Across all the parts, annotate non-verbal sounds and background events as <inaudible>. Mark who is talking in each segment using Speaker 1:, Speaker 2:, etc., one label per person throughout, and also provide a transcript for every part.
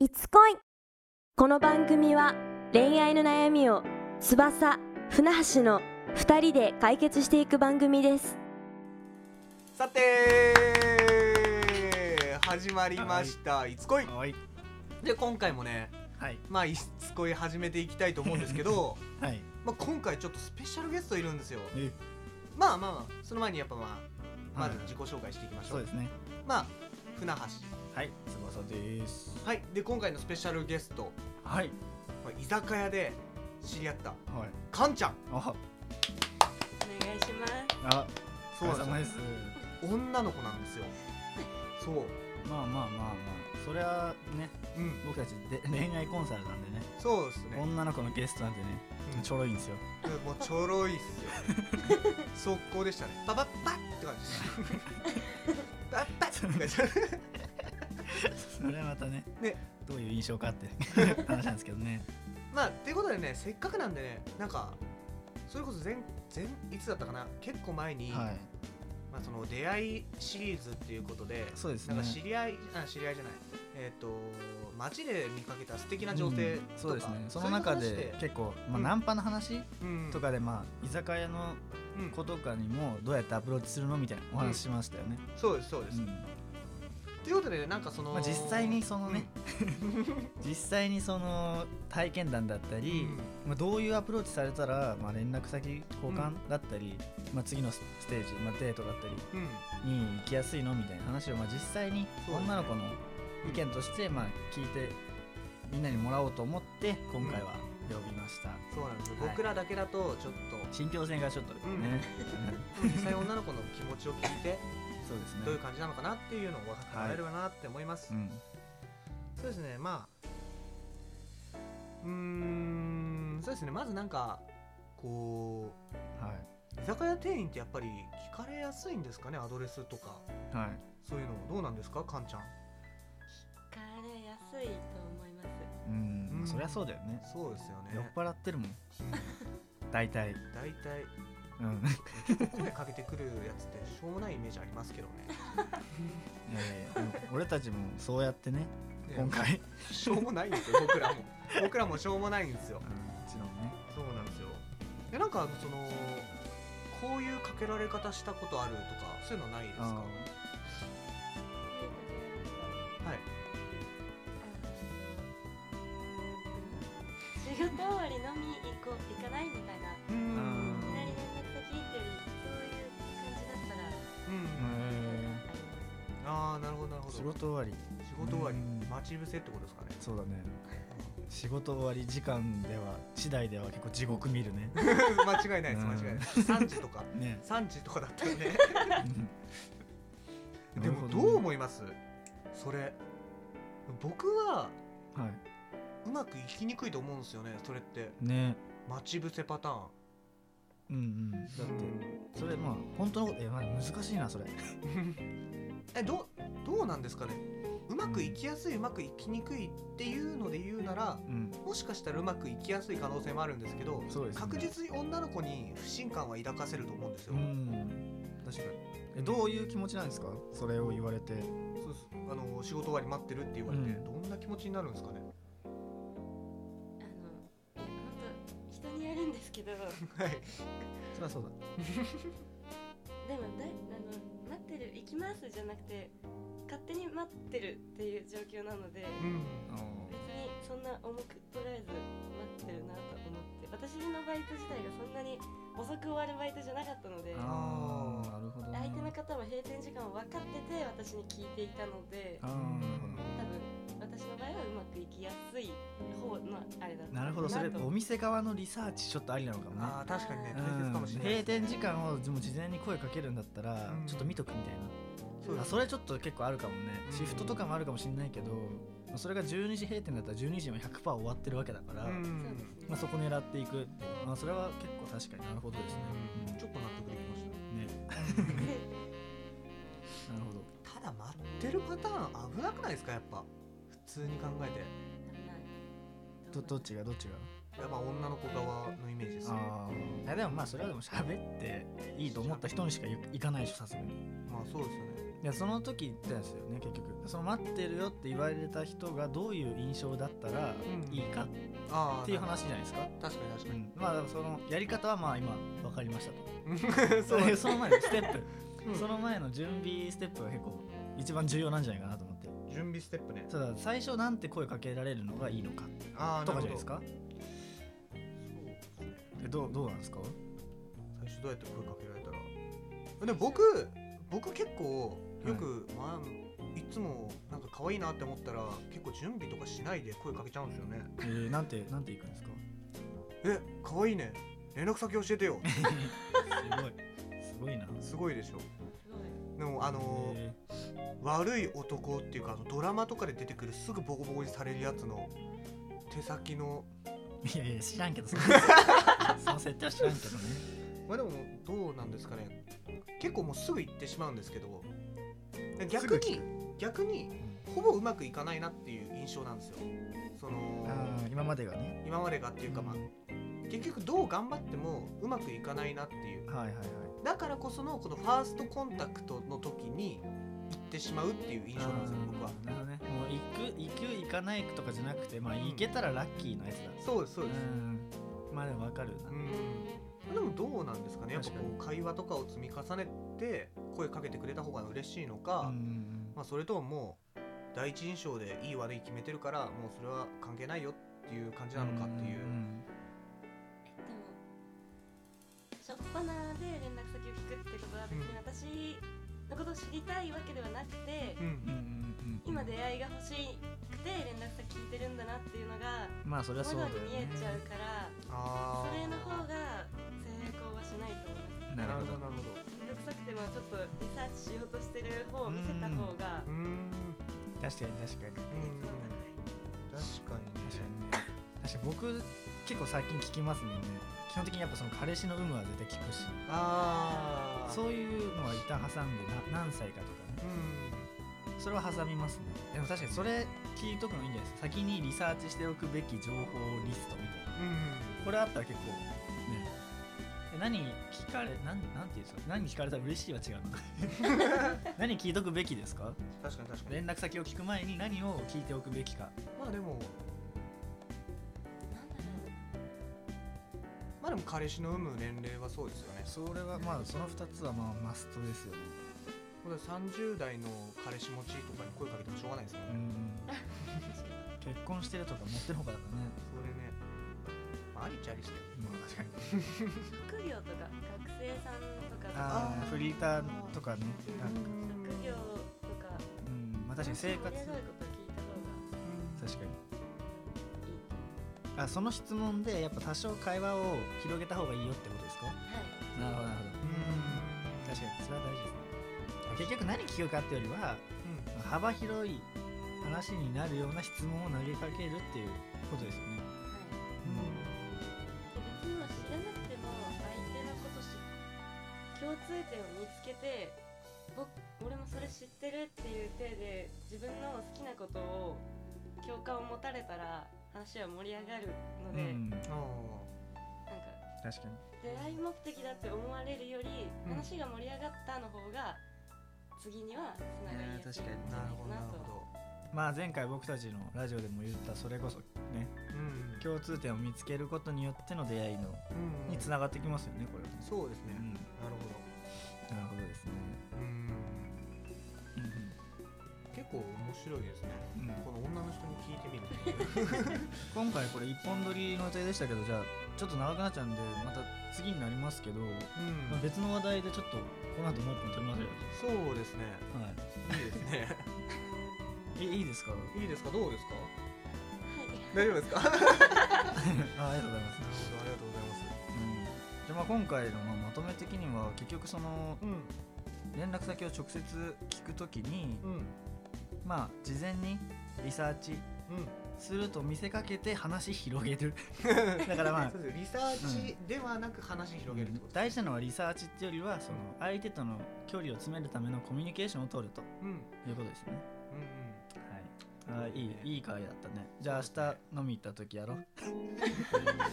Speaker 1: いつ恋この番組は恋愛の悩みを翼船橋の2人で解決していく番組です
Speaker 2: さて始まりました「いつこい
Speaker 3: はい。」
Speaker 2: で今回もね
Speaker 3: はい。
Speaker 2: まあいつこい始めていきたいと思うんですけ
Speaker 3: <laughs>
Speaker 2: ど
Speaker 3: はい。
Speaker 2: まあ今回ちょっとスペシャルゲストいるんですよ
Speaker 3: え
Speaker 2: まあまあまあその前にやっぱまあまず
Speaker 3: はい
Speaker 2: 自己紹介していきましょう、
Speaker 3: そうですね。
Speaker 2: まあ船
Speaker 3: はい。翼です。
Speaker 2: 橋はいで今回のスペシャルゲスト、
Speaker 3: はい。
Speaker 2: まあ居酒屋で知り合った
Speaker 3: はい。
Speaker 2: カンちゃん
Speaker 3: あ、
Speaker 1: お願いします
Speaker 3: あ、お疲れ
Speaker 2: なん
Speaker 3: 様
Speaker 2: で
Speaker 3: ですす
Speaker 2: よ。女の子なんですよそう
Speaker 3: まあまあまあまあ。そりゃね、
Speaker 2: うん
Speaker 3: 僕たちで恋愛コンサルなんでね、
Speaker 2: そうですね、
Speaker 3: 女の子のゲストなんてね、
Speaker 2: うん
Speaker 3: ちょろいんですよ。
Speaker 2: もうちょろいっすよ速攻でしたねパパッパッって感じですパッパッって感じ
Speaker 3: それはまたね、
Speaker 2: ね
Speaker 3: どういう印象かって
Speaker 2: <laughs>
Speaker 3: 話なんですけどね。
Speaker 2: まあっていうことでねせっかくなんでねなんかそれこそ前前いつだったかな結構前に、
Speaker 3: はい。
Speaker 2: まあ、その出会いシリーズっていうことで
Speaker 3: そうです
Speaker 2: な
Speaker 3: ね。
Speaker 2: んか知り合いあ知り合いじゃないえっ、と街で見かけた素敵な女性とか、
Speaker 3: うんそうですね。その中
Speaker 2: そういう
Speaker 3: で
Speaker 2: 話
Speaker 3: 結構、まあ、
Speaker 2: うん
Speaker 3: ナンパの話
Speaker 2: うん
Speaker 3: とかで、まあ、居酒屋の
Speaker 2: うん
Speaker 3: 子とかにもどうやってアプローチするのみたいなお話しましたよね。
Speaker 2: そうですそうで
Speaker 3: う
Speaker 2: す、
Speaker 3: ん
Speaker 2: っていうことでなんかその、
Speaker 3: まあ、実際にそのね、実際にその体験談だった
Speaker 2: うん、
Speaker 3: り、まあ、どういうアプローチされたら、まあ、連絡先交換だったり、まあ、次のステージ、まあ、デートだったり
Speaker 2: うんうん
Speaker 3: に行きやすいのみたいな話を、まあ、実際に
Speaker 2: そうですね
Speaker 3: 女の子の意見として、まあ、聞いてみんなにもらおうと思って今回は呼びました、
Speaker 2: そうなんですよ、
Speaker 3: はい
Speaker 2: 僕らだけだとちょっと
Speaker 3: 信憑性がちょっとね、
Speaker 2: うん
Speaker 3: うん
Speaker 2: 実際女の子の気持ちを聞いて
Speaker 3: <laughs> そうです
Speaker 2: <laughs>
Speaker 3: ね
Speaker 2: どういう感じなのかなっていうのを分かってもらえればなって思います、
Speaker 3: うん、
Speaker 2: そうですねまあうーんそうですねまずなんかこ
Speaker 3: は
Speaker 2: う居酒屋店員ってやっぱり聞かれやすいんですかねアドレスとか
Speaker 3: い、はい、
Speaker 2: そういうのどうなんですかカンちゃん
Speaker 1: 聞かれやすいと思います
Speaker 3: うん、
Speaker 2: うん
Speaker 3: そりゃそうだよね
Speaker 2: そうですよ
Speaker 3: 酔っ
Speaker 2: ね
Speaker 3: 払ってるもん大体、
Speaker 2: 大体
Speaker 3: うん、
Speaker 2: 声かけてくるやつってしょうもないイメージありますけど <laughs> ね
Speaker 3: いやいやでも俺たちもそうやってね
Speaker 2: ね
Speaker 3: 今回
Speaker 2: <laughs> しょうもないんですよ僕らも僕らもしょうもないんですよ
Speaker 3: もちろんね
Speaker 2: そうなんですよえなんかそのこういうかけられ方したことあるとかそういうのないですか
Speaker 3: あ
Speaker 2: は
Speaker 4: 仕事終わり飲み行こう行かないみたいない
Speaker 2: うん
Speaker 3: ん
Speaker 4: いきなり連絡先ってよりそういう感じだったら
Speaker 2: うんああなるほどなるほど
Speaker 3: 仕事終わり
Speaker 2: 仕事終わり
Speaker 3: うん
Speaker 2: 待ち伏せってことですかね <laughs>
Speaker 3: そうだね仕事終わり時間では次第では結構地獄見る
Speaker 2: <laughs>
Speaker 3: ね
Speaker 2: 間違いないです
Speaker 3: うん
Speaker 2: 間違いない
Speaker 3: <laughs>
Speaker 2: です3時とか
Speaker 3: ね
Speaker 2: 3時とかだった
Speaker 3: <laughs>
Speaker 2: よね
Speaker 3: うん
Speaker 2: でも
Speaker 3: なる
Speaker 2: ど
Speaker 3: ほね
Speaker 2: う思いますそれ僕は
Speaker 3: は
Speaker 2: うまくいきにくいと思うんですよねそれって
Speaker 3: いね
Speaker 2: 待ち伏せパターン
Speaker 3: うんうんだってそれまあ本当のことえ、まあ、難しいなそれ
Speaker 2: <laughs> えどうどうなんですかねうまくいきやすいうまくいきにくいっていうので言うなら
Speaker 3: うん
Speaker 2: もしかしたらうまくいきやすい可能性もあるんですけど
Speaker 3: そうですね
Speaker 2: 確実に女の子に不信感は抱かせると思うんですよ、
Speaker 3: うん確かにえどういう気持ちなんですかそれを言われて
Speaker 2: そうですあの仕事終わり待ってるって言われて、
Speaker 3: うん
Speaker 2: どんな気持ちになるんですかね <laughs>
Speaker 4: あのいや本当人にやるんですけどでも
Speaker 2: はい
Speaker 3: そりゃそうだ
Speaker 4: だいあの待ってる行きますじゃなくて勝手に待ってるっていう状況なので
Speaker 2: うん
Speaker 4: 別にそんな重く捉えず待ってるなと思って私のバイト自体がそんなに遅く終わるバイトじゃなかったので
Speaker 3: あーなるほどね
Speaker 4: 相手の方も閉店時間を分かってて私に聞いていたので
Speaker 3: あーなるほど
Speaker 4: 多分私の場合はうまくいきやすい方のあれだった
Speaker 3: なるほどそれ
Speaker 4: と
Speaker 3: お店側のリサーチちょっとありなのかもね
Speaker 2: あー確かにね
Speaker 3: うん
Speaker 2: 大切かもしれない
Speaker 3: 閉
Speaker 2: ですね、
Speaker 3: 店時間をでも事前に声かけるんだったら
Speaker 2: うん
Speaker 3: ちょっと見とくみたい
Speaker 2: そうで
Speaker 3: なあ
Speaker 2: す
Speaker 3: それちょっと結構あるかもね
Speaker 2: うん
Speaker 3: シフトとかもあるかもしれないけどまあそれが12時閉店だったら12時も100%終わってるわけだから
Speaker 2: うん
Speaker 3: ま
Speaker 4: そうですね
Speaker 3: あそこ狙っていくまあそれは結構確かになるほどですね
Speaker 2: うんちょっと納得できまし
Speaker 3: ね
Speaker 4: で
Speaker 3: なるほど
Speaker 2: たただ待ってるパターン危なくないですかやっぱ普通に考えて
Speaker 3: どどっち
Speaker 4: が
Speaker 3: がどっちが
Speaker 2: やっぱ女の子側のイメージですよ
Speaker 3: あーいやでもまあそれはでも喋っていいと思った人にしか行かないでしょさすがに
Speaker 2: まあそうですよね
Speaker 3: いやその時言ったんですよね結局その待ってるよって言われた人がどういう印象だったら
Speaker 2: うん
Speaker 3: いいか
Speaker 2: ああ
Speaker 3: っていう話じゃないですか、
Speaker 2: 確かに確か
Speaker 3: うんまあだからそのやり方はまあ今分かりましたと
Speaker 2: に
Speaker 3: <laughs> そ
Speaker 2: <laughs> そう
Speaker 3: の前のステップ、
Speaker 2: <laughs> うん
Speaker 3: その前の準備ステップが結構一番重要なんじゃないかなと思って
Speaker 2: 準備ステップね
Speaker 3: ただ最初なんて声かけられるのがいいのか
Speaker 2: ああ
Speaker 3: とかじゃない
Speaker 2: るほ
Speaker 3: です
Speaker 2: ど
Speaker 3: か
Speaker 2: そうですね
Speaker 3: えどうどうなんですか
Speaker 2: 最初どうやって声かけられたらでも僕僕結構よく、まあ、いつもなんか可愛いなって思ったら結構準備とかしないで声かけちゃうんですよね
Speaker 3: えー、なんてなんていくんですか
Speaker 2: え可愛いね連絡先教えてよ
Speaker 3: すごいすごいな
Speaker 2: すごいでしょ
Speaker 4: すごい
Speaker 2: でもあの
Speaker 3: え
Speaker 2: 悪い男っていうかあのドラマとかで出てくるすぐボコボコにされるやつの手先の
Speaker 3: ーいやいや知ら
Speaker 2: <laughs>
Speaker 3: んけどそのその設定は知らんけどね
Speaker 2: まあでもどうなんですかね結構もうすぐ行ってしまうんですけど
Speaker 3: す
Speaker 2: 逆
Speaker 3: ぐ聞
Speaker 2: に
Speaker 3: く
Speaker 2: 逆にほぼうまくいかないなっていう印象なんですよその
Speaker 3: あー今までがね
Speaker 2: 今までがっていうかまあ結局どう頑張ってもうまくいかないなっていう
Speaker 3: はいはいはい
Speaker 2: だからこそのこのファーストコンタクトの時に行ってしまうっていう印象なんですよ僕は
Speaker 3: あーなるほどねもう行く行く行かないとかじゃなくてまあ行けたらラッキーなやつだ
Speaker 2: そうですそうです
Speaker 3: んまあでも分かるな
Speaker 2: うんでもどうなんですかねやっぱこう会話とかを積み重ねて声かけてくれた方が嬉しいのか、
Speaker 3: うん
Speaker 2: まあ、それとももう第一印象でいい悪い決めてるからもうそれは関係ないよっていう感じなのかっていう、
Speaker 3: ん
Speaker 4: えでも初っ端で連絡先を聞くってことは別に私のことを知りたいわけではなくて、
Speaker 2: うん
Speaker 3: うんうんうんうん
Speaker 4: 今出会いが欲しくて連絡先聞いてるんだなっていうのが
Speaker 3: まあそれはそう
Speaker 4: 窓
Speaker 3: だよ
Speaker 4: に見え
Speaker 3: ね
Speaker 4: ちゃうから、
Speaker 2: あ
Speaker 4: そ
Speaker 2: ー
Speaker 4: れの方が成功はしないと思います
Speaker 3: なるほど
Speaker 2: なるほど
Speaker 4: 面倒くさくてもちょっとリサーチしようとしてる方を見せた方が
Speaker 2: うーん
Speaker 3: 確かに確かに
Speaker 2: うん確かに
Speaker 3: 確かにね確かに僕結構最近聞きますね基本的にやっぱその彼氏の有無は絶対聞くし
Speaker 2: ああ
Speaker 3: そういうのは一旦挟んでな何歳かと
Speaker 2: う
Speaker 3: かね
Speaker 2: ん
Speaker 3: それは挟みますねでも確かにそれ聞いとくのいいんじゃないですか先にリサーチしておくべき情報リストみたいな
Speaker 2: うん
Speaker 3: これあったら結構ねで何聞かれなんなんていうんですか何聞かれたら嬉しいは違う <laughs> な何聞いとくべきですか
Speaker 2: 確かに確かに
Speaker 3: 連絡先を聞く前に何を聞いておくべきか
Speaker 2: まあでも
Speaker 4: なんだろう
Speaker 2: まあでも彼氏の有無年齢はそうですよね
Speaker 3: それはまあその2つはまあマストですよね
Speaker 2: これ30代の彼氏持ちとかに声かけてもしょうがないですよね、
Speaker 3: うん
Speaker 4: 確かに
Speaker 3: 結婚してるとか持ってる方がだからね
Speaker 2: それね、まあ、ありっちゃありして
Speaker 3: まあ確かに
Speaker 4: 職業とか学生さんとかと
Speaker 3: あ
Speaker 2: あ
Speaker 3: あ
Speaker 2: ー
Speaker 3: フリーターとかねなんか
Speaker 4: 職業とか
Speaker 3: うんまあ確かに生活
Speaker 4: 面白い
Speaker 3: 確
Speaker 4: こと聞いた方が
Speaker 2: 確
Speaker 3: かに
Speaker 4: いい
Speaker 3: あその質問でやっぱ多少会話を広げた方がいいよってことですか
Speaker 4: はい
Speaker 3: なるほどなるほど確かにそれは大事ですね結局何聞くかっていうよりは
Speaker 2: にうん
Speaker 3: 幅広い話になるような質問を投げかけるっていうことですよね。
Speaker 4: はい
Speaker 2: うん
Speaker 4: 別にも知らなくても相手のことし共通点を見つけて僕俺もそれ知ってるっていう体で自分の好きなことを共感を持たれたら話は盛り上がるので、なんか
Speaker 2: あ
Speaker 3: 確かに。
Speaker 4: 出会い目的だって思われるより、
Speaker 2: うん
Speaker 4: 話が盛り上がったの方が次にはつながりやすいんじゃ
Speaker 3: いやー確か
Speaker 2: あな
Speaker 3: に
Speaker 2: るほど
Speaker 4: な
Speaker 2: なる
Speaker 4: いか
Speaker 2: ほ
Speaker 4: なと
Speaker 2: ど
Speaker 3: まあ前回僕たちのラジオでも言ったそれこそね
Speaker 2: うん
Speaker 3: 共通点を見つけることによっての出会いの
Speaker 2: うん
Speaker 3: につながってきますよねこれはね。
Speaker 2: そうですね、
Speaker 3: うん
Speaker 2: な
Speaker 3: な
Speaker 2: る
Speaker 3: るほどですね。
Speaker 2: ほどうん結構面白いですね
Speaker 3: うん
Speaker 2: この女の人に聞いてみるっていう
Speaker 3: 今回これ一本撮りの予定でしたけどじゃあちょっと長くなっちゃうんでまた次になりますけど、まあ、
Speaker 2: うん
Speaker 3: 別の話題でちょっとこの後もう一本撮りましょうよ。
Speaker 2: そうですね
Speaker 3: はい
Speaker 2: いですね
Speaker 3: い。いいいですか
Speaker 2: <laughs> いいですかどうですか
Speaker 4: はい
Speaker 2: 大丈夫ですかなるほど
Speaker 3: <laughs> あありがとうございます。
Speaker 2: ありがとうございます
Speaker 3: うんじゃあまあ今回のまあまとめ的には結局その
Speaker 2: うん
Speaker 3: 連絡先を直接聞くときに、
Speaker 2: うん
Speaker 3: まあ事前にリサーチすると見せかけて話広げ <laughs> る
Speaker 2: うん
Speaker 3: だからまあ
Speaker 2: そうですリサーチではなく話広げるってこと
Speaker 3: 大事なのはリサーチっていうよりはその相手との距離を詰めるためのコミュニケーションを取ると
Speaker 2: うんうん
Speaker 3: いうことですねはいあーいいいい会だったねじゃあ明日飲み行った時やろう
Speaker 2: うんそうだね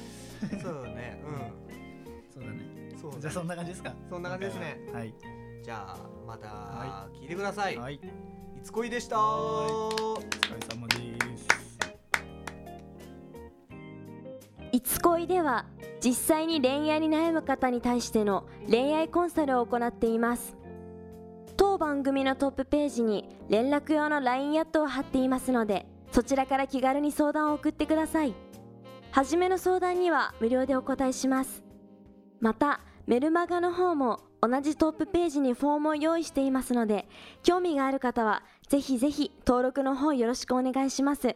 Speaker 3: そうだね
Speaker 2: うんそう
Speaker 3: じゃあ
Speaker 2: だ
Speaker 3: そん
Speaker 2: ね
Speaker 3: な感じですか
Speaker 2: そんな感じですね
Speaker 3: はい
Speaker 2: じゃあまた
Speaker 3: は
Speaker 2: 聞いてください、い、
Speaker 3: はい、
Speaker 2: つこいでした
Speaker 3: はお疲れ様です。
Speaker 1: いつ恋では実際に恋愛に悩む方に対しての恋愛コンサルを行っています当番組のトップページに連絡用の LINE アットを貼っていますのでそちらから気軽に相談を送ってください初めの相談には無料でお答えしますまたメルマガの方も同じトップページにフォームを用意していますので興味がある方はぜひぜひ登録の方よろしくお願いします